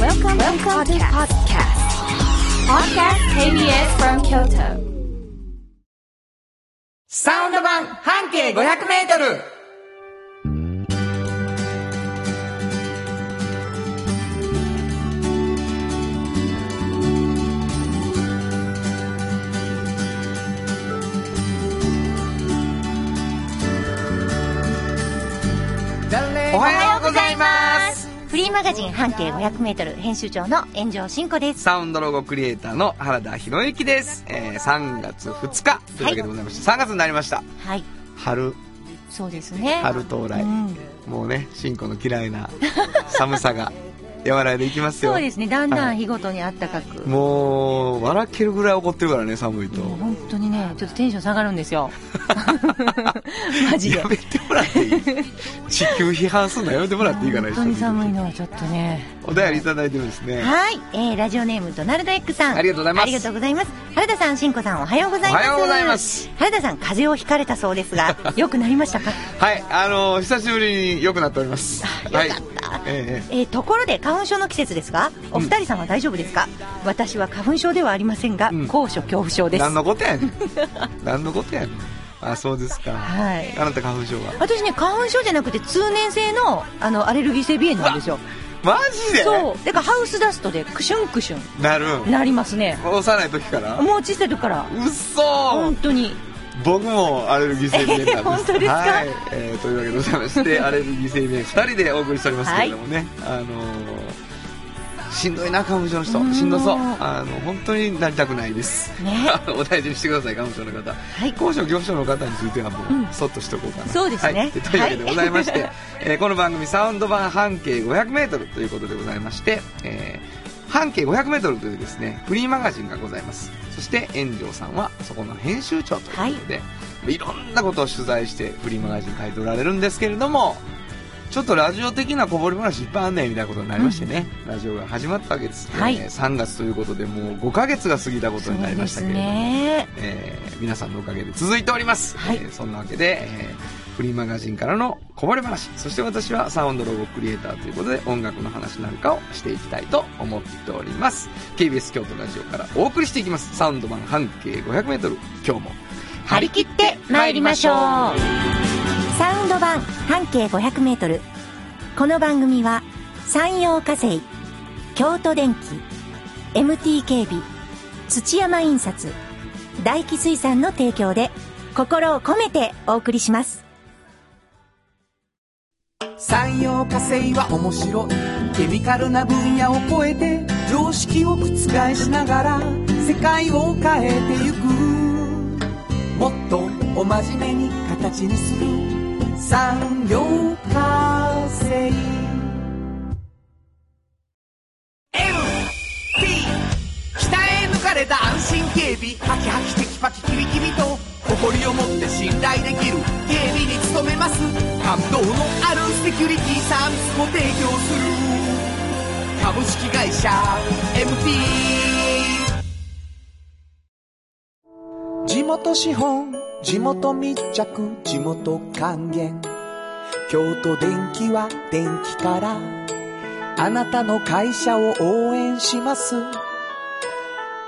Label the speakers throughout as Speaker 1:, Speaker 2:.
Speaker 1: Welcome, to the podcast. Podcast KBS from Kyoto.
Speaker 2: サウンド版半径500メートルおはようございます
Speaker 3: フリーマガジン半径 500m 編集長の炎上真子です。
Speaker 2: サウンドロゴクリエイターの原田博之です、えー、3月2日というわけでございまして、3月になりました
Speaker 3: はい、
Speaker 2: 春
Speaker 3: そうですね。
Speaker 2: 春到来、
Speaker 3: うん
Speaker 2: もうね新子の嫌いな寒 さが和らいでいきますよ
Speaker 3: そうですね。だんだ
Speaker 2: は
Speaker 3: ん
Speaker 2: い
Speaker 3: 日ごとにあったかく。も
Speaker 2: もう笑けるぐらい怒ってるからね寒いと、
Speaker 3: う本当にね、ちょっとテンション下がるんです よ。マジで
Speaker 2: や。めてもらっていい地球批判するのやめてもらっていいかな
Speaker 3: 本当に寒い
Speaker 2: 一緒
Speaker 3: のはちょっとね。
Speaker 2: お便りいただいてるんですね
Speaker 3: はい、えー、ラジオネームドナルドエッグさん。
Speaker 2: ありがとうございます
Speaker 3: ありがとうございます。原田さん、真子さん、おはようございます。
Speaker 2: おはようございます。
Speaker 3: 原田さん、風邪をひかれたそうです が、良くなりましたか
Speaker 2: はいあのー久しぶりに良くなっておりますはいええ
Speaker 3: えーところで花粉症の季節ですがお二人さんは大丈夫ですか、私は花粉症ではありませんが、
Speaker 2: うん
Speaker 3: 高所恐怖症です
Speaker 2: 何のこ とやねん何のことやねんあそうですか、
Speaker 3: はい
Speaker 2: あなた花粉症は
Speaker 3: 私ね花粉症じゃなくて通年性のあのアレルギー性鼻炎なんですよ
Speaker 2: マジで
Speaker 3: そうだからハウスダストでクシュンクシュン
Speaker 2: なるん
Speaker 3: なりますね
Speaker 2: 幼い時から
Speaker 3: もう小さい時から
Speaker 2: うっそー
Speaker 3: 本当に
Speaker 2: 僕もアレルギー性鼻炎なんで す、
Speaker 3: えー本当ですか
Speaker 2: はいえーというわけでございま してアレルギー性鼻炎2人でお送りしておりますけれどもね、あのー、しんどいな花粉症の
Speaker 3: う
Speaker 2: 人
Speaker 3: ん
Speaker 2: しんどそうあの本当になりたくないです、
Speaker 3: ね
Speaker 2: お大事にしてください花粉症の方、
Speaker 3: い
Speaker 2: 高所恐怖症の方についてはもう、
Speaker 3: うん
Speaker 2: そっとしておこうかな
Speaker 3: そうですね
Speaker 2: はい、というわけでございまして、えーこの番組サウンド版半径 500m ということでございまして、えー半径 500m というですねフリーマガジンがございますそして炎上さんはそこの編集長ということで、い、ろんなことを取材してフリーマガジン書いておられるんですけれどもちょっとラジオ的なこぼれ話いっぱいあんねんみたいなことになりましてね、ラジオが始まったわけですけどね、
Speaker 3: はい
Speaker 2: 3月ということでもう5ヶ月が過ぎたこと
Speaker 3: そう
Speaker 2: になりま
Speaker 3: で
Speaker 2: した
Speaker 3: す
Speaker 2: けれども、
Speaker 3: ね
Speaker 2: えー皆さんのおかげで続いております、
Speaker 3: はい
Speaker 2: えーそんなわけで、えーフリーマガジンからのこぼれ話そして私はサウンドロゴクリエイターということで音楽の話なんかをしていきたいと思っております KBS 京都ラジオからお送りしていきますサウンド版半径 500m 今日も
Speaker 3: 張り切って参りましょうサウンド版半径 500m この番組は山陽火星京都電機 MT 警備土山印刷大気水産の提供で心を込めてお送りします
Speaker 4: 産業化成は面白いケミカルな分野を超えて常識を覆しながら世界を変えてゆくもっとお真面目に形にする産業化成 MT 鍛え抜かれた安心警備ハキハキテキパキキビキビと誇りを持って信頼できる警備に努めます感動のあるセキュリティサービスも提供する株式会社 MT 地元資本地元密着地元還元京都電気は電気からあなたの会社を応援します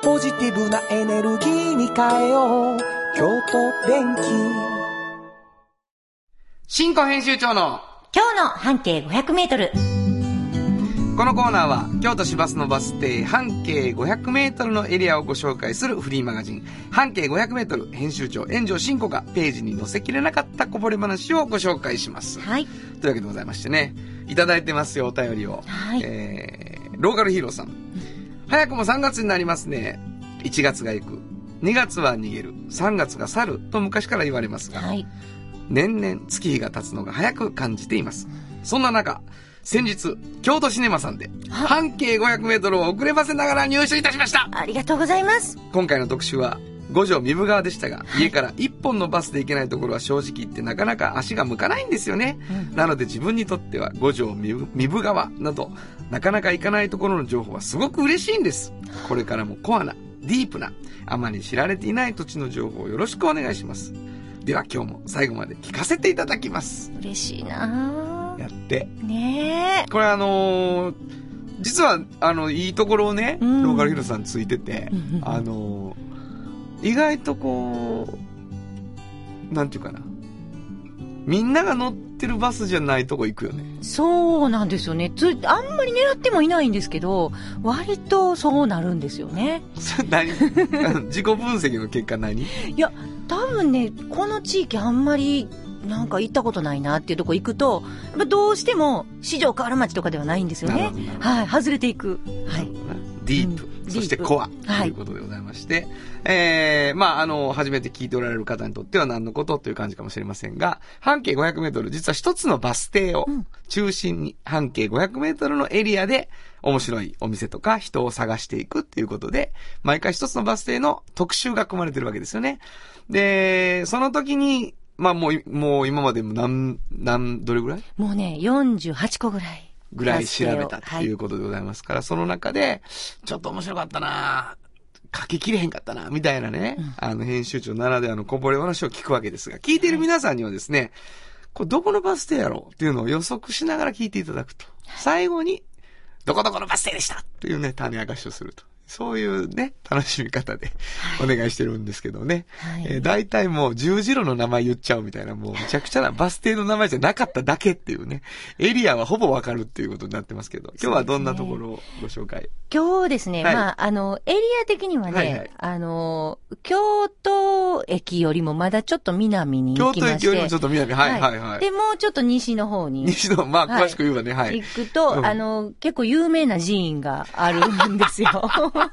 Speaker 4: ポジティブなエネルギーに変えよう京都電気
Speaker 2: 新庫編集長の
Speaker 3: 今日の半径 500m
Speaker 2: このコーナーは京都市バスのバス停半径 500m のエリアをご紹介するフリーマガジン半径 500m 編集長炎上真子がページに載せきれなかったこぼれ話をご紹介します
Speaker 3: はい
Speaker 2: というわけでございましてね、いただいてますよ、お便りを。
Speaker 3: はい
Speaker 2: えー、ローカルヒーローさん。早くも3月になりますね。1月が行く。2月は逃げる。3月が去る。と昔から言われますが、
Speaker 3: はい
Speaker 2: 年々月日が経つのが早く感じています。そんな中、先日、京都シネマさんで、
Speaker 3: は
Speaker 2: 半径500メートルを遅ればせながら入手いたしました
Speaker 3: ありがとうございます
Speaker 2: 今回の特集は五条三部川でしたが、家から一本のバスで行けないところは正直言ってなかなか足が向かないんですよね、なので自分にとっては五条三部三部川などなかなか行かないところの情報はすごく嬉しいんですこれからもコアなディープなあまり知られていない土地の情報をよろしくお願いしますでは今日も最後まで聞かせていただきます
Speaker 3: 嬉しいなあ
Speaker 2: やって
Speaker 3: ね
Speaker 2: これあのー実は、あの、いいところをね、
Speaker 3: うん
Speaker 2: ローカルヒロさんついてて
Speaker 3: うんうんう、ん
Speaker 2: あの、意外とこう、なんていうかな。みんなが乗ってるバスじゃないとこ行くよね。
Speaker 3: そうなんですよね。つ、あんまり狙ってもいないんですけど、割とそうなるんですよね。
Speaker 2: それ何 あの自己分析の結果何
Speaker 3: 多分ね、この地域あんまり、なんか行ったことないなっていうとこ行くと、やっぱどうしても、市場変わる町とかではないんですよ
Speaker 2: なる
Speaker 3: ね
Speaker 2: ほ。どなるほど
Speaker 3: はい、外れていく。はい。
Speaker 2: ディープ、
Speaker 3: うん
Speaker 2: そして
Speaker 3: ディープ
Speaker 2: コア、
Speaker 3: はい
Speaker 2: ということでございまして、えー、まあ、あの、初めて聞いておられる方にとっては何のことという感じかもしれませんが、半径500メートル、実は一つのバス停を
Speaker 3: うん
Speaker 2: 中心に、半径500メートルのエリアで、面白いお店とか人を探していくっていうことで、毎回一つのバス停の特集が組まれてるわけですよね。で、その時に、まあ、もうい、もう今までも何、何、どれぐらい
Speaker 3: もうね、48個ぐらい。
Speaker 2: ぐらい調べたという
Speaker 3: は
Speaker 2: ことでございますから、その中で、ちょっと面白かったなぁ書ききれへんかったなぁみたいなね、あの、編集長ならではのこぼれ話を聞くわけですが、聞いている皆さんにはですね、これどこのバス停やろうっていうのを予測しながら聞いていただくと。最後に、どこどこのバス停でしたっていうね、種明かしをすると。そういうね、楽しみ方でお願いしてるんですけどね。
Speaker 3: はい
Speaker 2: えー大体もう十字路の名前言っちゃうみたいな、もうめちゃくちゃなバス停の名前じゃなかっただけっていうね、エリアはほぼわかるっていうことになってますけど、今日はどんなところをご紹介
Speaker 3: 今日ですね、
Speaker 2: はい
Speaker 3: まあ、あの、エリア的にはね、
Speaker 2: はいはい
Speaker 3: あの、京都駅よりもまだちょっと南に行
Speaker 2: 京
Speaker 3: き
Speaker 2: 都
Speaker 3: まして。
Speaker 2: 駅よりもちょっと南、はいはいはい。
Speaker 3: で、もうちょっと西の方に。
Speaker 2: 西の、まあ
Speaker 3: はい
Speaker 2: 詳しく言えばね、はい。
Speaker 3: 行くと、
Speaker 2: うん
Speaker 3: あの、結構有名な寺院があるんです よ。わか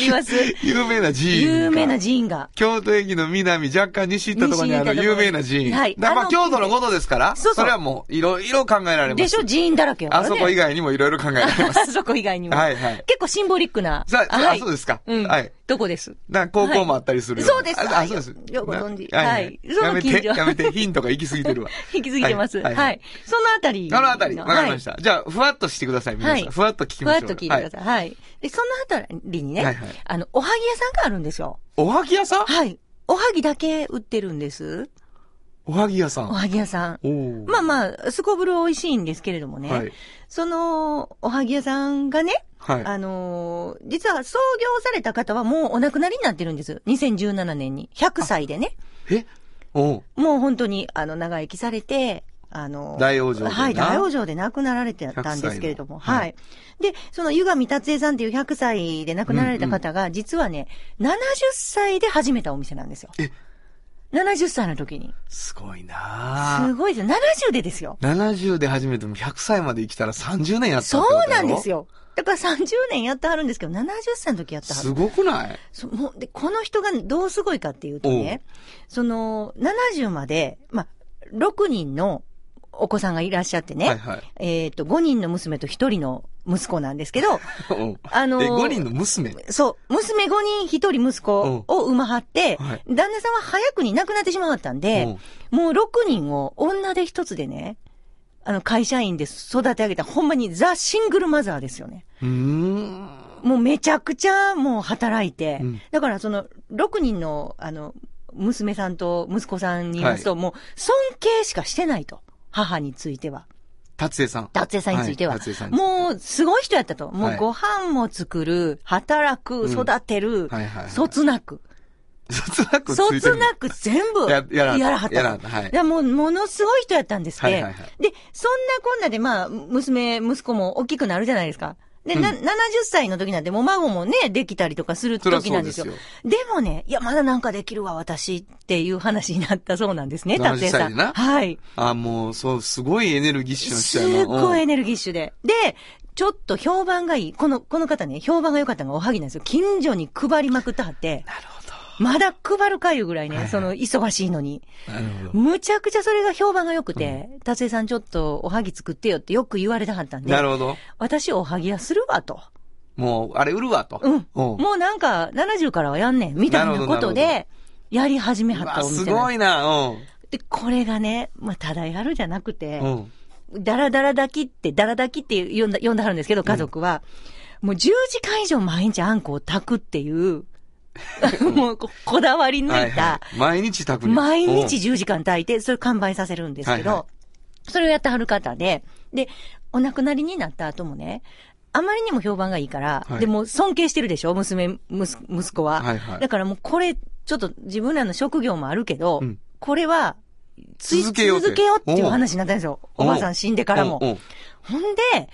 Speaker 3: ります
Speaker 2: 有名な寺院が。
Speaker 3: 有名な寺院が。
Speaker 2: 京都駅の南、若干西行ったところにあ
Speaker 3: 西
Speaker 2: る
Speaker 3: に行
Speaker 2: 有
Speaker 3: ったところ
Speaker 2: 名な寺院。
Speaker 3: はい
Speaker 2: だからまあ
Speaker 3: あの
Speaker 2: 京都のことですから、
Speaker 3: そうそう
Speaker 2: れはもういろいろ考えられます。
Speaker 3: でしょ寺院だらけやか
Speaker 2: あ
Speaker 3: らね。
Speaker 2: そこ以外にもいろいろ考えられ ます。
Speaker 3: あそこ以外にも。
Speaker 2: はいはい
Speaker 3: 結構シンボリックな。
Speaker 2: さあ、
Speaker 3: は
Speaker 2: あそうですか。
Speaker 3: うん。
Speaker 2: はい。
Speaker 3: どこです
Speaker 2: な、高校もあったりするよ
Speaker 3: はいそうです
Speaker 2: あ、あそうです。
Speaker 3: よくご存知
Speaker 2: な
Speaker 3: はいその
Speaker 2: やめ
Speaker 3: 近
Speaker 2: て、
Speaker 3: 所
Speaker 2: やめて、ヒントが行き過ぎてるわ。
Speaker 3: 引き継ぎてます。
Speaker 2: は
Speaker 3: はいい。
Speaker 2: はい
Speaker 3: そのあたり。
Speaker 2: あのあたり、わかりまし
Speaker 3: は
Speaker 2: た。じゃあ、ふわっとしてください、皆さん。
Speaker 3: はい
Speaker 2: ふわっと聞
Speaker 3: い。
Speaker 2: き
Speaker 3: ふわ
Speaker 2: ま
Speaker 3: っ
Speaker 2: しょう。
Speaker 3: と聞いてくだ
Speaker 2: はい。
Speaker 3: さい。はい。で、そのあたりにね、
Speaker 2: はいはい
Speaker 3: あの、おはぎ屋さんがあるんですよ。
Speaker 2: おはぎ屋さん
Speaker 3: はい。おはぎだけ売ってるんです。
Speaker 2: おはぎ屋さ
Speaker 3: お
Speaker 2: ん。
Speaker 3: はぎ屋さん。
Speaker 2: おお。
Speaker 3: まあまあ、すこぶる美味しいんですけれどもね。
Speaker 2: はい。
Speaker 3: その、おはぎ屋さんがね、
Speaker 2: はい。
Speaker 3: あのー実は創業された方はもうお亡くなりになってるんです。2017年に。100歳でね。
Speaker 2: えおう
Speaker 3: もう本当に、あの、長生きされて、あの、
Speaker 2: 大往生でな
Speaker 3: はい、大往生で亡くなられてたんですけれども、
Speaker 2: 100歳の
Speaker 3: はい。で、その湯上達江さんっていう100歳で亡くなられた方が、実はね、70歳で始めたお店なんですよ。
Speaker 2: え
Speaker 3: ?70 歳の時に。
Speaker 2: すごいな
Speaker 3: す
Speaker 2: ぁ。
Speaker 3: ごいですよ。70でですよ。
Speaker 2: 70で始めても100歳まで生きたら30年やった
Speaker 3: そうなんです
Speaker 2: よ。
Speaker 3: よ。だから30年やってはるんですけど、70歳の時やってはる
Speaker 2: す。ごくない
Speaker 3: そうもうで、この人がどうすごいかっていうとね、その、70まで、まあ、6人のお子さんがいらっしゃってね、
Speaker 2: はいはい。
Speaker 3: えっ、と、5人の娘と1人の息子なんですけど、
Speaker 2: おう
Speaker 3: あのー
Speaker 2: え、5人の娘。
Speaker 3: そう、娘5人1人息子を産まはって、
Speaker 2: はい
Speaker 3: 旦那さんは早くに亡くなってしまったんで、もう6人を女で一つでね、あの、会社員で育て上げた、ほんまにザ・シングルマザーですよね。
Speaker 2: うん。うーん。
Speaker 3: もうめちゃくちゃもう働いて、
Speaker 2: うん
Speaker 3: だからその6人のあの、娘さんと息子さんにいますと、もう尊敬しかしてないと。母については。
Speaker 2: 達江さん。
Speaker 3: 達江さんについては。
Speaker 2: 達江さんについては
Speaker 3: もう、すごい人やったと。も
Speaker 2: は
Speaker 3: う
Speaker 2: い、
Speaker 3: ご飯も作る、働く、
Speaker 2: うん
Speaker 3: 育てる
Speaker 2: はいはいは、い
Speaker 3: そつなく。
Speaker 2: そつなくつ
Speaker 3: そ
Speaker 2: いて
Speaker 3: つ
Speaker 2: る。
Speaker 3: なく全部、
Speaker 2: ややらはった
Speaker 3: やらはっ。
Speaker 2: やらはったたはい
Speaker 3: だからもう、ものすごい人やったんですって。
Speaker 2: はいはいはい
Speaker 3: で、そんなこんなで、まあ、娘、息子も大きくなるじゃないですか。で、な、
Speaker 2: うん
Speaker 3: 70歳の時なんて、もう孫もね、できたりとかする
Speaker 2: そりゃ
Speaker 3: 時なんですよ。
Speaker 2: そう
Speaker 3: で
Speaker 2: で
Speaker 3: もね、いや、まだなんかできるわ、私っていう話になったそうなんですね、
Speaker 2: 70
Speaker 3: 達江さ
Speaker 2: 歳
Speaker 3: ん。
Speaker 2: でな
Speaker 3: はい。
Speaker 2: あ、もう、そう、すごいエネルギッシュな人
Speaker 3: す
Speaker 2: やな。
Speaker 3: っごいエ
Speaker 2: うん
Speaker 3: ネルギッシュで。で、ちょっと評判がいい。この、この方ね、評判が良かったのがおはぎなんですよ。近所に配りまくってはって。
Speaker 2: なるほ
Speaker 3: まだ配るかいうぐらいね、
Speaker 2: はいはい
Speaker 3: その、忙しいのに。
Speaker 2: ど。なるほど。
Speaker 3: むちゃくちゃそれが評判が良くて、達江さんちょっとおはぎ作ってよってよく言われたはったんで。
Speaker 2: なるほど。
Speaker 3: 私おはぎ屋するわと。
Speaker 2: もう、あれ売るわと。
Speaker 3: うん。
Speaker 2: お
Speaker 3: もうなんか、70からはやんねん、みたい
Speaker 2: なる
Speaker 3: な
Speaker 2: ほど
Speaker 3: こと
Speaker 2: な
Speaker 3: で、やり始めは
Speaker 2: う
Speaker 3: った
Speaker 2: わ
Speaker 3: お
Speaker 2: す
Speaker 3: 店なん
Speaker 2: ご
Speaker 3: で
Speaker 2: いな。うん。
Speaker 3: す。で、これがね、まあ、ただやるじゃなくて
Speaker 2: う、ん。
Speaker 3: ダラダラ炊きって、ダラ炊きって呼んだ、呼んではるんですけど、家族は。もう10時間以上毎日あんこを炊くって いう、もうここだわり
Speaker 2: は
Speaker 3: 抜
Speaker 2: い
Speaker 3: いた
Speaker 2: は、い。毎日炊くね
Speaker 3: 毎日10時間炊いて、それ完売させるんですけど、
Speaker 2: はいは
Speaker 3: それをやってはる方で、で、お亡くなりになった後もね、あまりにも評判がいいから、
Speaker 2: はい
Speaker 3: でも尊敬してるでしょ娘、むす息子は。
Speaker 2: はいはい
Speaker 3: だからもうこれ、ちょっと自分らの職業もあるけど、
Speaker 2: うん
Speaker 3: これは、つい
Speaker 2: 続けようって
Speaker 3: 続けようっていう
Speaker 2: おう
Speaker 3: 話になったんですよ。おばあさん死んでからも。
Speaker 2: うんうん
Speaker 3: ほんで、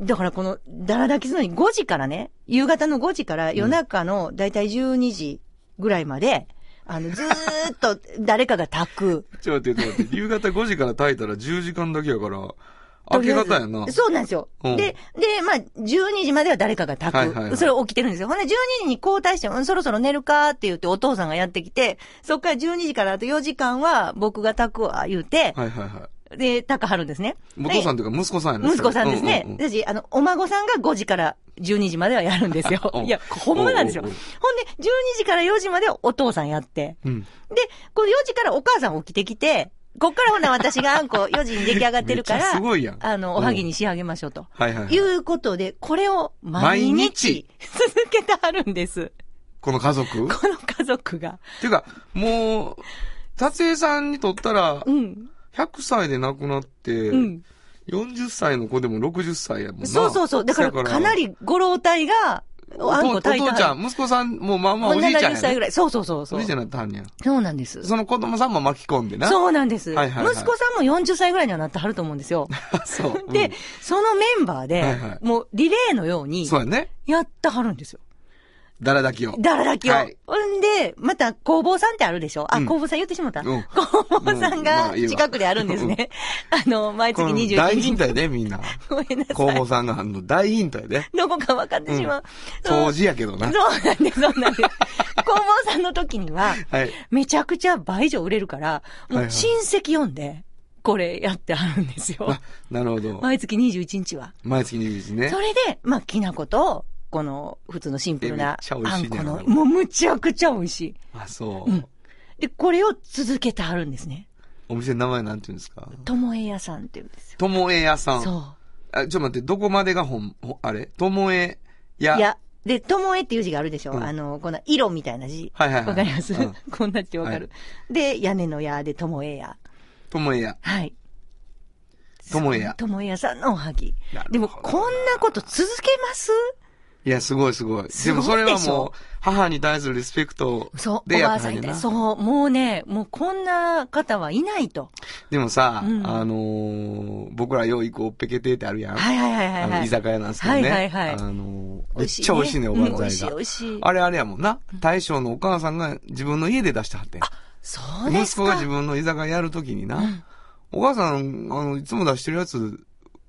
Speaker 3: だからこの、だらだきするのに5時からね、夕方の5時から夜中のだいたい12時ぐらいまで、あの、ずーっと誰かが炊く。
Speaker 2: ちょっと待って、待って夕方5時から炊いたら10時間だけやから、明け方やな。
Speaker 3: そうなんですよ。
Speaker 2: う
Speaker 3: で、
Speaker 2: ん
Speaker 3: で、まあ、12時までは誰かが炊く。
Speaker 2: はいはいはい
Speaker 3: それ起きてるんですよ。ほんで、12時に交代して、うん、そろそろ寝るかって言ってお父さんがやってきて、そっから12時からあと4時間は僕が炊くわ、言うて、
Speaker 2: はいはいは
Speaker 3: で、炊かはるんですね。
Speaker 2: い。お父さんというか息子さんやな。
Speaker 3: 息子さんですね。
Speaker 2: うう
Speaker 3: 私、あの、お孫さんが5時から12時まではやるんです よ
Speaker 2: う。ん
Speaker 3: いや、ほんまなんですよ。
Speaker 2: お
Speaker 3: ほ
Speaker 2: うお
Speaker 3: んで、
Speaker 2: う
Speaker 3: 12時から4時まではお父さんやって。
Speaker 2: うんうん。
Speaker 3: で、この4時からお母さん起きてきて、こっからほな私があんこ4時に 出来上がってるか
Speaker 2: めっちゃ
Speaker 3: ら、
Speaker 2: すごいやん
Speaker 3: あの、おはぎに仕上げましょうと。
Speaker 2: はいはいはい
Speaker 3: い。うことで、これを毎
Speaker 2: 毎
Speaker 3: 日
Speaker 2: 日
Speaker 3: 続けてはるんです。
Speaker 2: この家族
Speaker 3: この家族が。
Speaker 2: ていうか、もう、達江さんにとったら
Speaker 3: う、ん。
Speaker 2: 100歳で亡くなって、
Speaker 3: うん。
Speaker 2: 40歳の子でも60歳やもんな。
Speaker 3: そうそうそう。だからかな、りご老体が、
Speaker 2: お
Speaker 3: あんこ
Speaker 2: 父
Speaker 3: 炊いてはる
Speaker 2: お父ちゃん、息子さんもまあまあおじいちゃ
Speaker 3: 70
Speaker 2: んや、
Speaker 3: 歳
Speaker 2: ね
Speaker 3: ぐ。らい。そうそうそうそ
Speaker 2: お
Speaker 3: う
Speaker 2: じい。ちゃんになったはんねや。
Speaker 3: そうなんです。
Speaker 2: その子供さんも巻き込んでな。う。
Speaker 3: そうなんです、
Speaker 2: はいはいはい
Speaker 3: 息子さんも40歳ぐらいにはなってはると思うんですよ。
Speaker 2: そう。うん
Speaker 3: で、そのメンバーで、
Speaker 2: はいはい
Speaker 3: もうリレーのように
Speaker 2: そうやね。
Speaker 3: やってはるんですよ。
Speaker 2: だらだきを。
Speaker 3: だらだきを。
Speaker 2: はい
Speaker 3: ほんで、また工房さんってあるでしょあ、
Speaker 2: うん
Speaker 3: 工房さん言ってしまった、
Speaker 2: うん
Speaker 3: 工房さん
Speaker 2: うんま
Speaker 3: が
Speaker 2: あいいわ
Speaker 3: 近くであるんですね。 あの、毎月
Speaker 2: この
Speaker 3: 21日。
Speaker 2: 大ヒントやね、みんな。
Speaker 3: ごめんなさい。
Speaker 2: 工房さんがあんの大ヒントやね。
Speaker 3: どこか分かってしまう。
Speaker 2: 当
Speaker 3: 時
Speaker 2: 時やけど
Speaker 3: そ
Speaker 2: な
Speaker 3: う。なんです、そう なんです。工房さんの時には、
Speaker 2: はい。
Speaker 3: めちゃくちゃ倍以上売れるから、も
Speaker 2: はい
Speaker 3: う
Speaker 2: はい
Speaker 3: 親戚読んで、これやってあるんですよ。
Speaker 2: あ、なるほど。
Speaker 3: 毎月21日は。
Speaker 2: 毎月入日ね
Speaker 3: そ。れで、まあ、きな粉と、この、普通のシンプルな、
Speaker 2: えめっちゃ美味
Speaker 3: あ
Speaker 2: し
Speaker 3: ん
Speaker 2: いね
Speaker 3: この、
Speaker 2: あれ
Speaker 3: もうむちゃくちゃ美味しい。
Speaker 2: あ、そう。
Speaker 3: うんで、これを続けてあるんですね。
Speaker 2: お店の名前なんて言うんですか
Speaker 3: ともえ屋さんって言うんですよ。
Speaker 2: ともえ屋さん。
Speaker 3: そ
Speaker 2: あ、ちょっと待って、どこまでがほん、ほあれともえ
Speaker 3: う。
Speaker 2: 屋。
Speaker 3: いや、で、ともえっていう字があるでしょ、
Speaker 2: うん
Speaker 3: あの、こんな、色みたいな字。
Speaker 2: はいはいはい
Speaker 3: わかります、
Speaker 2: うん
Speaker 3: こんなってわかる、で、屋根の屋でともえ屋。
Speaker 2: ともえ屋。
Speaker 3: はい。
Speaker 2: ともえ屋
Speaker 3: ともえ屋さんのおはぎ
Speaker 2: なるほどな。
Speaker 3: でも、こんなこと続けます
Speaker 2: いや、すごいすごい。
Speaker 3: すごい
Speaker 2: もそれは
Speaker 3: でし
Speaker 2: も
Speaker 3: ょ
Speaker 2: う、母に対するリスペクト
Speaker 3: そう、お
Speaker 2: でや
Speaker 3: ば
Speaker 2: っ
Speaker 3: あ
Speaker 2: て
Speaker 3: さ
Speaker 2: は
Speaker 3: ん
Speaker 2: ん
Speaker 3: み
Speaker 2: ねん
Speaker 3: たい
Speaker 2: な
Speaker 3: な。そう、もうね、もうこんな方はいないと。
Speaker 2: でもさ、
Speaker 3: うん
Speaker 2: あのー僕らよう行くおっぺけ亭ってあるやん。
Speaker 3: はいはいはいはい、
Speaker 2: あ
Speaker 3: は
Speaker 2: の、
Speaker 3: い。
Speaker 2: 居酒屋なんですけどね。
Speaker 3: はいはいはい
Speaker 2: あのー
Speaker 3: 美
Speaker 2: めっ
Speaker 3: 味しい
Speaker 2: ちゃ美味しいね、おばんざい
Speaker 3: うん
Speaker 2: が
Speaker 3: 美。味しい美味しい。
Speaker 2: あれあれやもんな。大将のお母さんが自分の家で出してはってん。
Speaker 3: そうですか。
Speaker 2: 息子が自分の居酒屋やるときにな、
Speaker 3: ん
Speaker 2: お母さん、あの、いつも出してるやつ、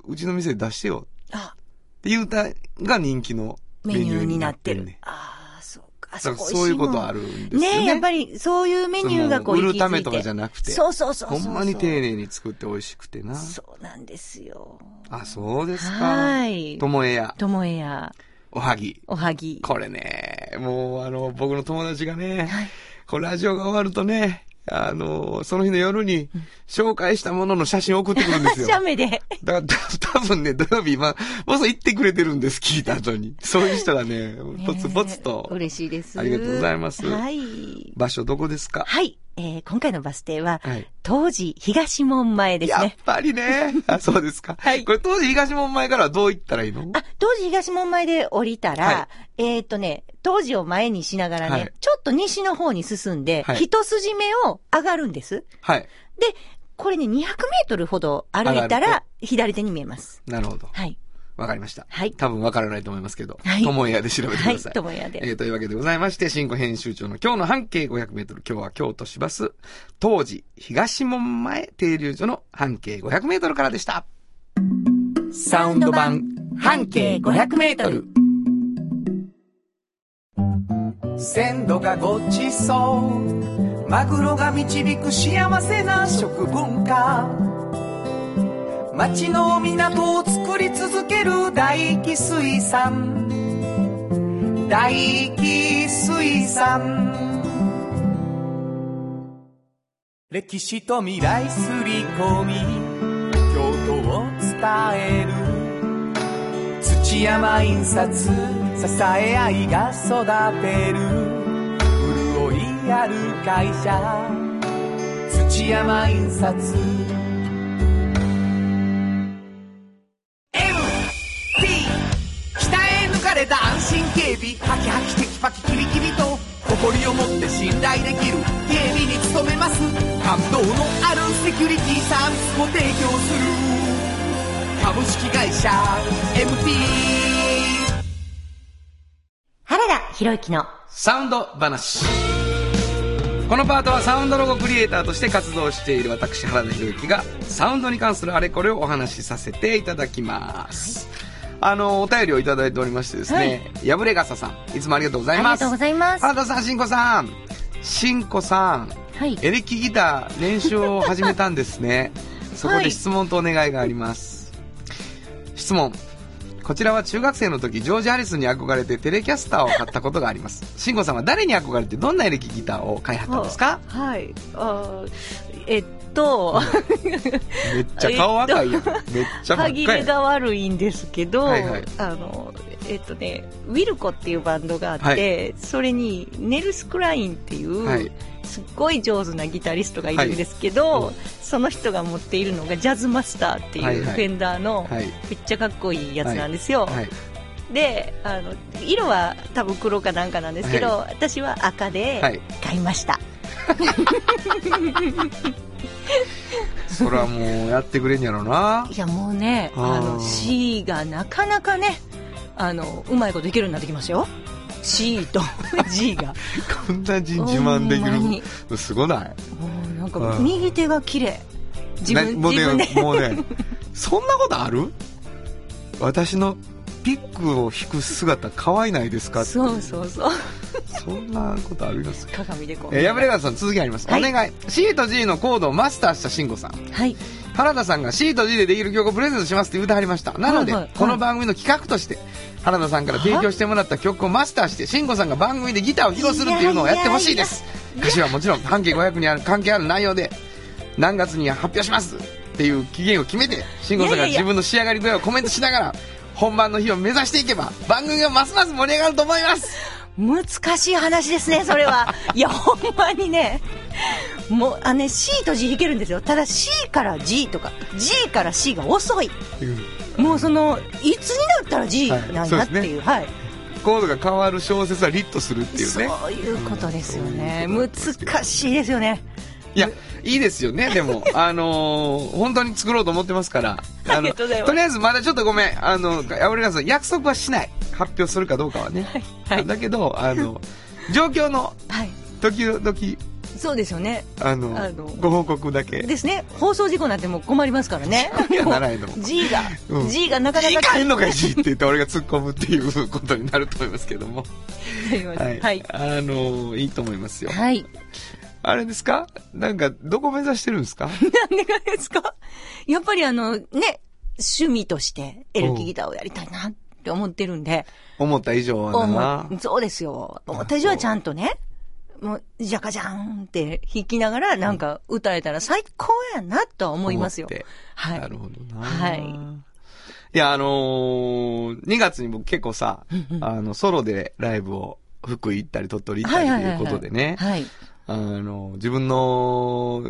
Speaker 2: うちの店で出してよ
Speaker 3: あ、
Speaker 2: って言うたが人気のメ
Speaker 3: メ
Speaker 2: ニ
Speaker 3: ニュ
Speaker 2: ュー
Speaker 3: ー
Speaker 2: に
Speaker 3: に
Speaker 2: な
Speaker 3: な
Speaker 2: っ
Speaker 3: ってて
Speaker 2: ん
Speaker 3: る。
Speaker 2: ね。
Speaker 3: ああ、そうか。あ
Speaker 2: だから
Speaker 3: そこ
Speaker 2: そういうことあ
Speaker 3: る
Speaker 2: るんですよ
Speaker 3: ね
Speaker 2: ね。
Speaker 3: え、やっぱりそういうメニューがこう
Speaker 2: その売
Speaker 3: 息づい
Speaker 2: る
Speaker 3: て
Speaker 2: ためとかじゃなくて。
Speaker 3: そうそうそうそう。
Speaker 2: ほんまに丁寧に作って美味しくてな。
Speaker 3: そうなんですよ。
Speaker 2: あ、そうですか。
Speaker 3: はい
Speaker 2: ともえや、
Speaker 3: ともえや、
Speaker 2: おはぎ。
Speaker 3: おはぎ。
Speaker 2: これね、もうあの、僕の友達がね、こうラジオが終わるとね、あの、その日の夜に、紹介したものの写真を送ってくるんです よ。
Speaker 3: シャメで。
Speaker 2: だから、た多分ね、土曜日、まあ、まず行ってくれてるんです、聞いた後に。そういう人がね、ポツポツと。
Speaker 3: ねえ嬉しいです。
Speaker 2: ありがとうございます
Speaker 3: はい。
Speaker 2: 場所どこですか
Speaker 3: はい。えー今回のバス停は、
Speaker 2: はい
Speaker 3: 当時、東門前です
Speaker 2: やっ
Speaker 3: ね。
Speaker 2: ぱりね。 あ、そうですか。
Speaker 3: はい
Speaker 2: これ当時東門前からはどう行ったらいいの
Speaker 3: あ、当時東門前で降りたら、
Speaker 2: は
Speaker 3: えーっ、とね、当時を前にしながらね、
Speaker 2: はい
Speaker 3: ちょっと西の方に進んで、
Speaker 2: はい
Speaker 3: 一筋目を上がるんです。
Speaker 2: はい。
Speaker 3: で、これね、200メートルほど歩いた
Speaker 2: 上がる
Speaker 3: ら、左手に見えます。
Speaker 2: なるほど。
Speaker 3: はい。
Speaker 2: わかりました。
Speaker 3: はい
Speaker 2: 多分わからないと思いますけど。
Speaker 3: はい
Speaker 2: ともやで調べてくださ。
Speaker 3: はいい、ともやで。
Speaker 2: えーというわけでございまして、新語編集長の今日の半径500メートル、今日は京都市バス、当時、東門前停留所の半径500メートルからでした。
Speaker 5: サウンド版半径500メートル。
Speaker 4: 鮮度がごちそうマグロが導く幸せな食文化町の港を作り続ける大気水産大気水産歴史と未来すり込み京都を伝える土山印刷支え合いが育てる潤いある会社土山印刷 M T れた安心警備ハキハキテキパキキビキビと誇りを持って信頼できる警備に努めます感動のあるセキュリティサービスを提供する株式会社 é MT
Speaker 6: 原田博之の
Speaker 2: サウンド話このパートはサウンドロゴクリエイターとして活動している私原田裕之がサウンドに関するあれこれをお話しさせていただきます、あのお便りをいただいておりましてですね、やぶれ傘さんいつもありがとうござ
Speaker 6: あ
Speaker 2: い
Speaker 6: り
Speaker 2: ま
Speaker 6: が
Speaker 2: す
Speaker 6: とうございます。
Speaker 2: 原田さんしんこさんしんこさん
Speaker 6: はい。
Speaker 2: エレキギター練習を始めたんで すねそこ
Speaker 3: は
Speaker 2: で
Speaker 3: い
Speaker 2: 質問とお願いがあります、質問こちらは中学生の時ジョージ・ハリスに憧れてテレキャスターを買ったことがあります慎吾さんは誰に憧れてどんなエレキギターを買いはったんですか
Speaker 3: はい。あーえっと、
Speaker 2: めっちゃ顔赤いやんめっちゃ真
Speaker 3: 歯
Speaker 2: っ
Speaker 3: 切
Speaker 2: 赤
Speaker 3: れ
Speaker 2: やん
Speaker 3: が悪いんですけど、
Speaker 2: はいはい
Speaker 3: あの、えっとね、ウィルコっていうバンドがあって、それにネルス・クラインっていう、
Speaker 2: はい
Speaker 3: すっごい上手なギタリストがいるんですけど、
Speaker 2: はいう
Speaker 3: その人が持っているのがジャズマスターって
Speaker 2: はい
Speaker 3: いう
Speaker 2: はい
Speaker 3: フェンダーの
Speaker 2: はい
Speaker 3: めっちゃかっこいいやつなんですよ、
Speaker 2: はい
Speaker 3: であの色は多分黒かなんかなんですけど、私は赤
Speaker 2: は
Speaker 3: で
Speaker 2: い
Speaker 3: 買いました、、
Speaker 2: それはもうやってくれんやろない
Speaker 3: やもうねあ
Speaker 2: あー
Speaker 3: の C がなかなかねあのうまいこといけるようになってきましたよ C と G が
Speaker 2: こんな人 自慢でき
Speaker 3: ほんまに
Speaker 2: るすごない
Speaker 3: もうなんか
Speaker 2: うん
Speaker 3: 右手が綺麗自
Speaker 2: ね
Speaker 3: 分
Speaker 2: もう
Speaker 3: 自分で
Speaker 2: ね、もう ね、そんなことある私のピックを引く姿可愛いないですかって
Speaker 3: そうそうそう
Speaker 2: そんなことありますか
Speaker 3: 鏡でこう
Speaker 2: えー、やぶれがさん続きあります、
Speaker 3: はい
Speaker 2: お願い C と G のコードをマスターした慎吾さん
Speaker 3: はい
Speaker 2: 原田さんが C と G でできる曲をプレゼントしますって言うてはりましたなので、
Speaker 3: はいはいはい
Speaker 2: この番組の企画として原田さんから提供してもらった曲をマスターして慎吾さんが番組でギターを披露するっていうのをやってほしいです歌詞はもちろん半径500にある関係ある内容で何月に発表しますっていう期限を決めて慎吾さんが
Speaker 3: いやいやいや
Speaker 2: 自分の仕上がり具合をコメントしながら本番の日を目指していけば番組がますます盛り上がると思います
Speaker 3: 難しい話ですね、それ は。いや、ほんまにね。もう、あのね、C と G 弾けるんですよ。ただ C から G とか、G から C が遅い。もうその、いつになったら G
Speaker 2: はい
Speaker 3: なん
Speaker 2: そう
Speaker 3: だ
Speaker 2: で
Speaker 3: っ
Speaker 2: す
Speaker 3: て
Speaker 2: ね
Speaker 3: いう、はい。
Speaker 2: コードが変わる小説はリットするっていう
Speaker 3: そう
Speaker 2: ね
Speaker 3: いうことですよね。
Speaker 2: うんそういうこと
Speaker 3: 難しいですよね。
Speaker 2: いや、いいですよね、でも。あのー本当に作ろうと思ってますから。あ
Speaker 3: あり
Speaker 2: の、
Speaker 3: がとうございます
Speaker 2: とりあえずまだちょっとごめん。あの、やぶれがさん、約束はしない。発表するかどうかはね。
Speaker 3: はい
Speaker 2: だけど、あ の、状況の
Speaker 3: はい。
Speaker 2: 時々、
Speaker 3: そうですよね。
Speaker 2: あの、
Speaker 3: あの
Speaker 2: ご報告だけ。
Speaker 3: ですね。放送事故なんてもう困りますからね。
Speaker 2: いやならへんの。
Speaker 3: G が、
Speaker 2: うん
Speaker 3: G がなか
Speaker 2: い
Speaker 3: なか
Speaker 2: かんのかいじって言って俺が突っ込むっていうことになると思いますけども。はい。
Speaker 3: はい。
Speaker 2: あのーいいと思いますよ。
Speaker 3: はい。
Speaker 2: あれですかなんか、どこ目指してるんですか
Speaker 3: なんでかですかやっぱりあの、ね、趣味としてエレキギターをやりたいなって思ってるんで、
Speaker 2: 思った以上はな
Speaker 3: 思うそうですよ。私はちゃんとね、もう、じゃかじゃんって弾きながらなんか歌えたら最高やなとは思いますよ
Speaker 2: 思って。
Speaker 3: はい
Speaker 2: な。るほどな。
Speaker 3: はい
Speaker 2: いや、あのー、2月に僕結構さ、あの、ソロでライブを、福井行ったり鳥取行ったりということでね、
Speaker 3: はい。
Speaker 2: あの、自分の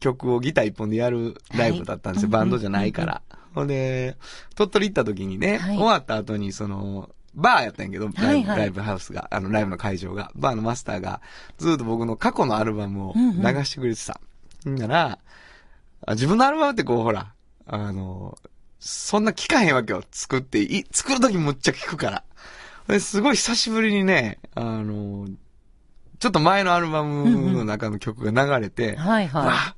Speaker 2: 曲をギター一本でやるライブだったんですよ、
Speaker 3: はい
Speaker 2: バンドじゃないから。ほんで、鳥取行った時にね、
Speaker 3: はい
Speaker 2: 終わった後にその、バーやったんやけど、ライブ,、
Speaker 3: はいはい
Speaker 2: ライブハウスが、あの、ライブの会場が、バーのマスターが、ずっと僕の過去のアルバムを流してくれてた。んなら、あ自分のアルバムってこう、ほら、あの、そんな聞かへんわけよ。作って、い、作るときむっちゃ聞くから。ですごい久しぶりにね、あの、ちょっと前のアルバムの中の曲が流れて、
Speaker 3: はい
Speaker 2: わ
Speaker 3: は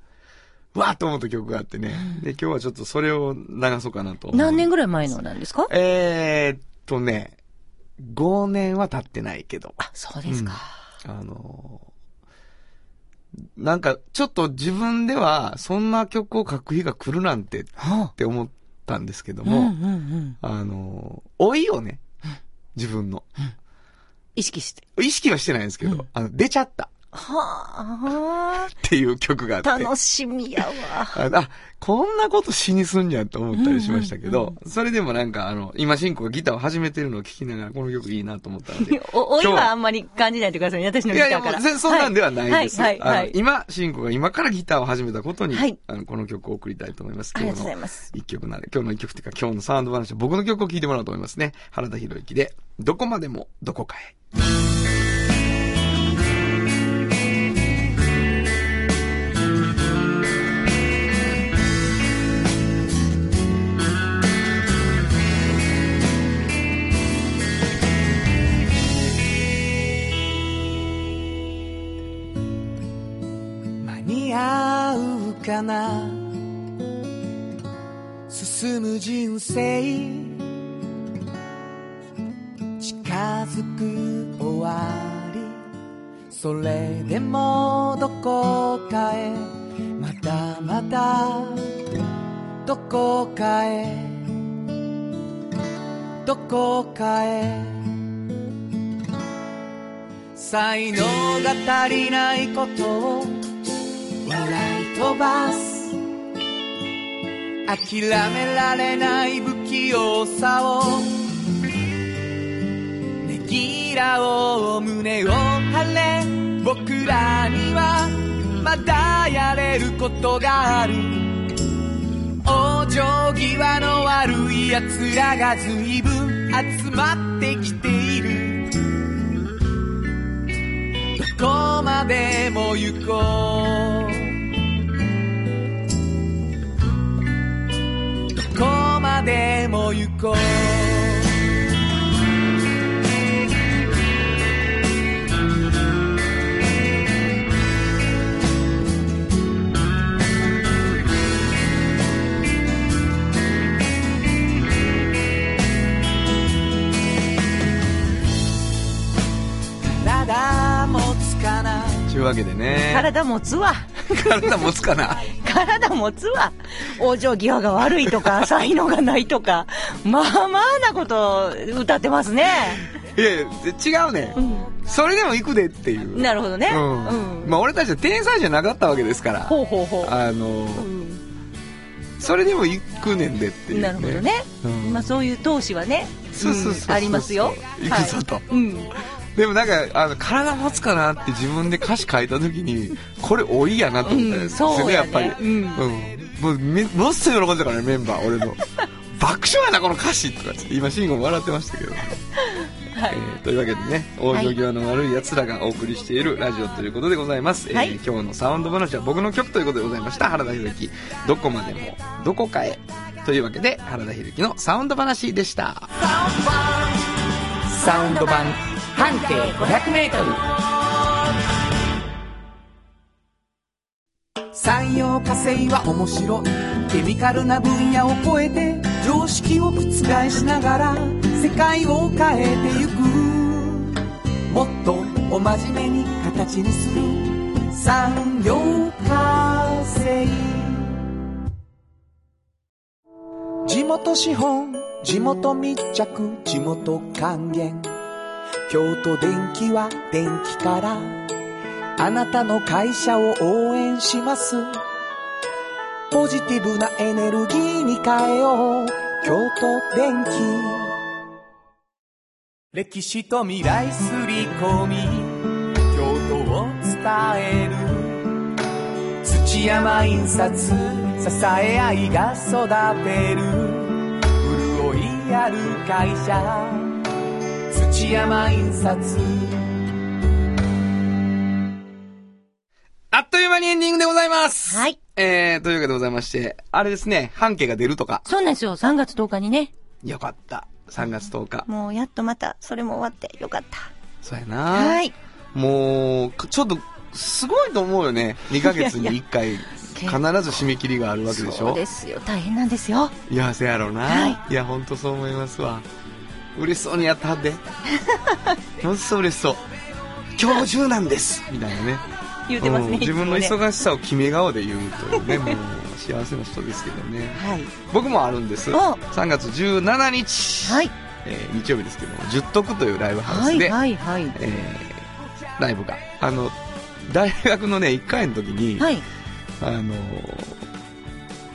Speaker 2: あわあと思った曲があってね。で、今日はちょっとそれを流そうかなと。
Speaker 3: い。何年ぐらい前のなんですか
Speaker 2: えー、っとね、5年は経ってないけど。
Speaker 3: あ、そうですか。
Speaker 2: あのーなんか、ちょっと自分では、そんな曲を書く日が来るなんてっ
Speaker 3: は
Speaker 2: て思ったんですけど
Speaker 3: あうんう
Speaker 2: も、
Speaker 3: んうん。
Speaker 2: あのー老いをね、自分の。
Speaker 3: 意識して。
Speaker 2: 意識はしてないんですけど、
Speaker 3: うん
Speaker 2: あの、出ちゃった。
Speaker 7: はあ、
Speaker 2: ていう曲があって。
Speaker 7: 楽しみやわ。
Speaker 2: ああ、こんなこと死にすんやと思ったりしましたけど、それでもなんかあの、今進行がギターを始めてるのを聞きながら、この曲いいなと思ったので。
Speaker 7: お、お
Speaker 2: 今日
Speaker 7: 今あんまり感じないでくださいね。私の
Speaker 2: い
Speaker 7: ギタ
Speaker 2: やい
Speaker 7: ー
Speaker 2: や、
Speaker 7: か
Speaker 2: も
Speaker 7: ら。
Speaker 2: う、そそんなんではないです。
Speaker 7: はい、はい、は
Speaker 2: あの
Speaker 7: い。
Speaker 2: 今、進行が今からギターを始めたことに、
Speaker 7: はい
Speaker 2: あのこの曲を送りたいと思います。
Speaker 7: ありがとうござい
Speaker 2: の
Speaker 7: ます
Speaker 2: 一曲なんで、今日の一曲というか、今日のサウンド話、僕の曲を聴いてもらおうと思いますね。原田博之で、どこまでもどこかへ。
Speaker 4: 間に合うかな進む人生近づく終わりそれでもどこかへまたまたどこかへどこかへ才能が足りないことを笑い飛ばす諦められない不器用さをねぎらおう胸を張れ僕らにはまだやれることがある往生際の悪い奴らが随分集まってきているどこまでも行こうどこまでも行こう体もつかない
Speaker 2: というわけでね、
Speaker 7: 体持つわ。
Speaker 2: 体持つかな。
Speaker 7: 体持つわ。往生際が悪いと か、才能がないとか、まあまあなこと歌ってますね。
Speaker 2: いやいや、違うね。それでも行くでっていう。
Speaker 7: なるほどね。う
Speaker 2: うん
Speaker 7: ん。
Speaker 2: まあ俺たちは天才じゃなかったわけですから。
Speaker 7: ほうほうほう。
Speaker 2: あの、
Speaker 7: うん
Speaker 2: それでも行くねんでっていう、ね。
Speaker 7: なるほどね。
Speaker 2: うん
Speaker 7: まあそういう投資はね、
Speaker 2: そうそうそうそう
Speaker 7: うんありますよ。
Speaker 2: 行くぞと
Speaker 7: はいうん。
Speaker 2: でもなんか、あの、体持つかなって自分で歌詞書いたときに、これ多いやなと思ったんですよね、
Speaker 7: うんそう
Speaker 2: や
Speaker 7: や
Speaker 2: っ
Speaker 7: ね
Speaker 2: ぱり。
Speaker 7: うん
Speaker 2: もうめ、もっと喜んでたからね、メンバー、俺 の。爆笑やな、この歌詞とか。今、慎吾も笑ってましたけど。
Speaker 7: はい
Speaker 2: え。ーというわけでね、往生際の悪い奴らがお送りしているラジオということでございます。
Speaker 7: はい
Speaker 2: えー今日のサウンド話は僕の曲ということでございました。原田裕之、どこまでも、どこかへ。というわけで、原田裕之のサウンド話でした。
Speaker 4: サウンド版半径 500m 産業化成は面白いケミカルな分野を超えて常識を覆しながら世界を変えてゆくもっとお真面目に形にする産業化成地元資本地元密着地元還元京都電気は電気からあなたの会社を応援しますポジティブなエネルギーに変えよう京都電気歴史と未来すり込み京都を伝える土山印刷支え合いが育てる潤いある会社土山印刷
Speaker 2: あっという間にエンディングでございます。
Speaker 7: はい。
Speaker 2: えー、というわけでございまして、あれですね、半径が出るとか、
Speaker 7: そうなんですよ。3月10日にね、
Speaker 2: よかった。3月10日。
Speaker 7: もうやっとまた、それも終わってよかった。
Speaker 2: そうやな
Speaker 7: はい。
Speaker 2: もう、ちょっと、すごいと思うよね。2ヶ月に1回、必ず締め切りがあるわけでしょ。
Speaker 7: そうですよ。大変なんですよ。
Speaker 2: いや、せやろうな。
Speaker 7: はい
Speaker 2: い、や、ほんとそう思いますわ。嬉しそうにやったは んで。ほんと嬉しそう。今日中なんですみたいなね。
Speaker 7: 言うてます
Speaker 2: うん
Speaker 7: ね。
Speaker 2: 自分の
Speaker 7: いつもね
Speaker 2: 忙しさを決め顔で言う というね、もう幸せな人ですけどね。
Speaker 7: はい。
Speaker 2: 僕もあるんです。
Speaker 7: お
Speaker 2: 3月17日。
Speaker 7: はい。
Speaker 2: えー日曜日ですけども、十徳というライブハウ
Speaker 7: は
Speaker 2: ス
Speaker 7: い。
Speaker 2: で、
Speaker 7: はい。はい。
Speaker 2: えーライブが、あの、大学のね、1回の時に、
Speaker 7: はい。
Speaker 2: あのー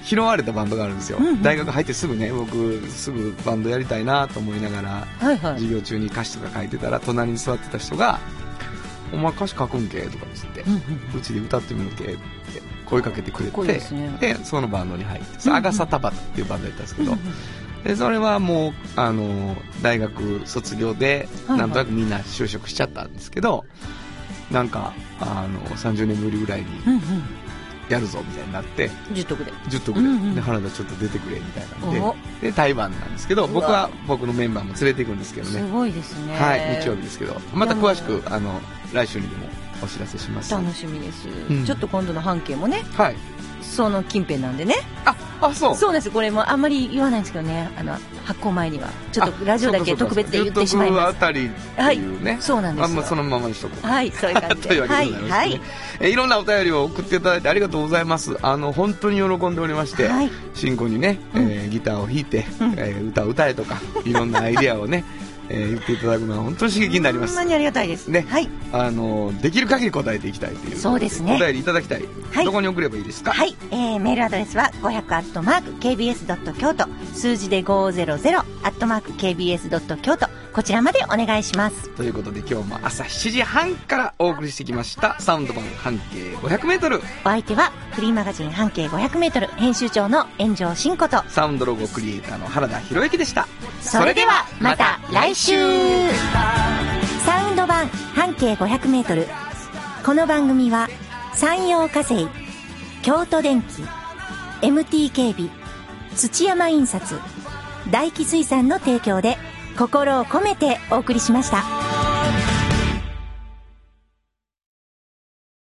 Speaker 2: 拾われたバンドがあるんですよ、
Speaker 7: うんうん
Speaker 2: 大学入ってすぐね僕すぐバンドやりたいなと思いながら
Speaker 7: はいはい。
Speaker 2: 授業中に歌詞とか書いてたら隣に座ってた人が「お前歌詞書くんけ?」とかつって
Speaker 7: うんうん
Speaker 2: 「うちで歌ってみるけ?」って声かけてく
Speaker 7: か
Speaker 2: れ
Speaker 7: っこいい
Speaker 2: て
Speaker 7: ですね
Speaker 2: でそのバンドに入ってそ
Speaker 7: うん
Speaker 2: れ
Speaker 7: うん
Speaker 2: アガサ・タバタっていうバンドやったんですけ
Speaker 7: うんう
Speaker 2: ど
Speaker 7: ん
Speaker 2: でそれはもうあの大学卒業で
Speaker 7: はいはい
Speaker 2: なんとなくみんな就職しちゃったんですけどなんかあの30年ぶりぐらいに
Speaker 7: うん
Speaker 2: やるぞみたいになって
Speaker 7: うん。十徳で。
Speaker 2: 10と
Speaker 7: うんう
Speaker 2: ぐ
Speaker 7: ん
Speaker 2: で原田ちょっと出てくれみたいなんで
Speaker 7: お
Speaker 2: で台湾なんですけど僕は僕のメンバーも連れていくんですけどね
Speaker 7: すごいですね。
Speaker 2: はい、日曜日ですけど、また詳しく、あの、来週にでもお知らせします。は
Speaker 7: 楽しみです、
Speaker 2: うん
Speaker 7: ちょっと今度の半径もね
Speaker 2: い。
Speaker 7: その近辺なんでね
Speaker 2: あ、あ、そう。
Speaker 7: そうなんですこれもあんまり言わないんですけどねあの発行前にはちょっとラジオだけ特別で言ってしまい
Speaker 2: は
Speaker 7: ま
Speaker 2: あたりっていうね。
Speaker 7: すそうなんですよ
Speaker 2: あんまそのままにしとこう。
Speaker 7: はいそういう感じで
Speaker 2: というわけでございま
Speaker 7: は
Speaker 2: す
Speaker 7: い
Speaker 2: ね、えいろんなお便りを送っていただいてありがとうございます。あの、本当に喜んでおりまして、
Speaker 7: はい
Speaker 2: シンコにね、えーギターを弾いて、えー歌を歌えとか、いろんなアイディアをね、えー言っていただくのは本当に刺激になりま
Speaker 7: ほん
Speaker 2: す
Speaker 7: ま。にありがたいです
Speaker 2: ね
Speaker 7: はい
Speaker 2: あの、できる限り答えていきたいという。
Speaker 7: そうですね
Speaker 2: お便りいただきたい。
Speaker 3: はい
Speaker 2: どこに送ればいいですか
Speaker 3: はい、えー、メールアドレスは500アットマーク KBS ドット京都数字で500アットマーク KBS ドット京都こちらまでお願いします。
Speaker 2: ということで今日も朝7時半からお送りしてきましたサウンド版半径 500m
Speaker 3: お相手はフリーマガジン半径500メートル編集長の炎上真子と。
Speaker 2: サウンドロゴクリエイターの原田博之でした
Speaker 3: それではまた来週
Speaker 2: は
Speaker 3: サウンド版半径500メートル。この番組は山陽火星、京都電機、MT 警備、土山印刷、大気水産の提供で心を込めてお送りしました。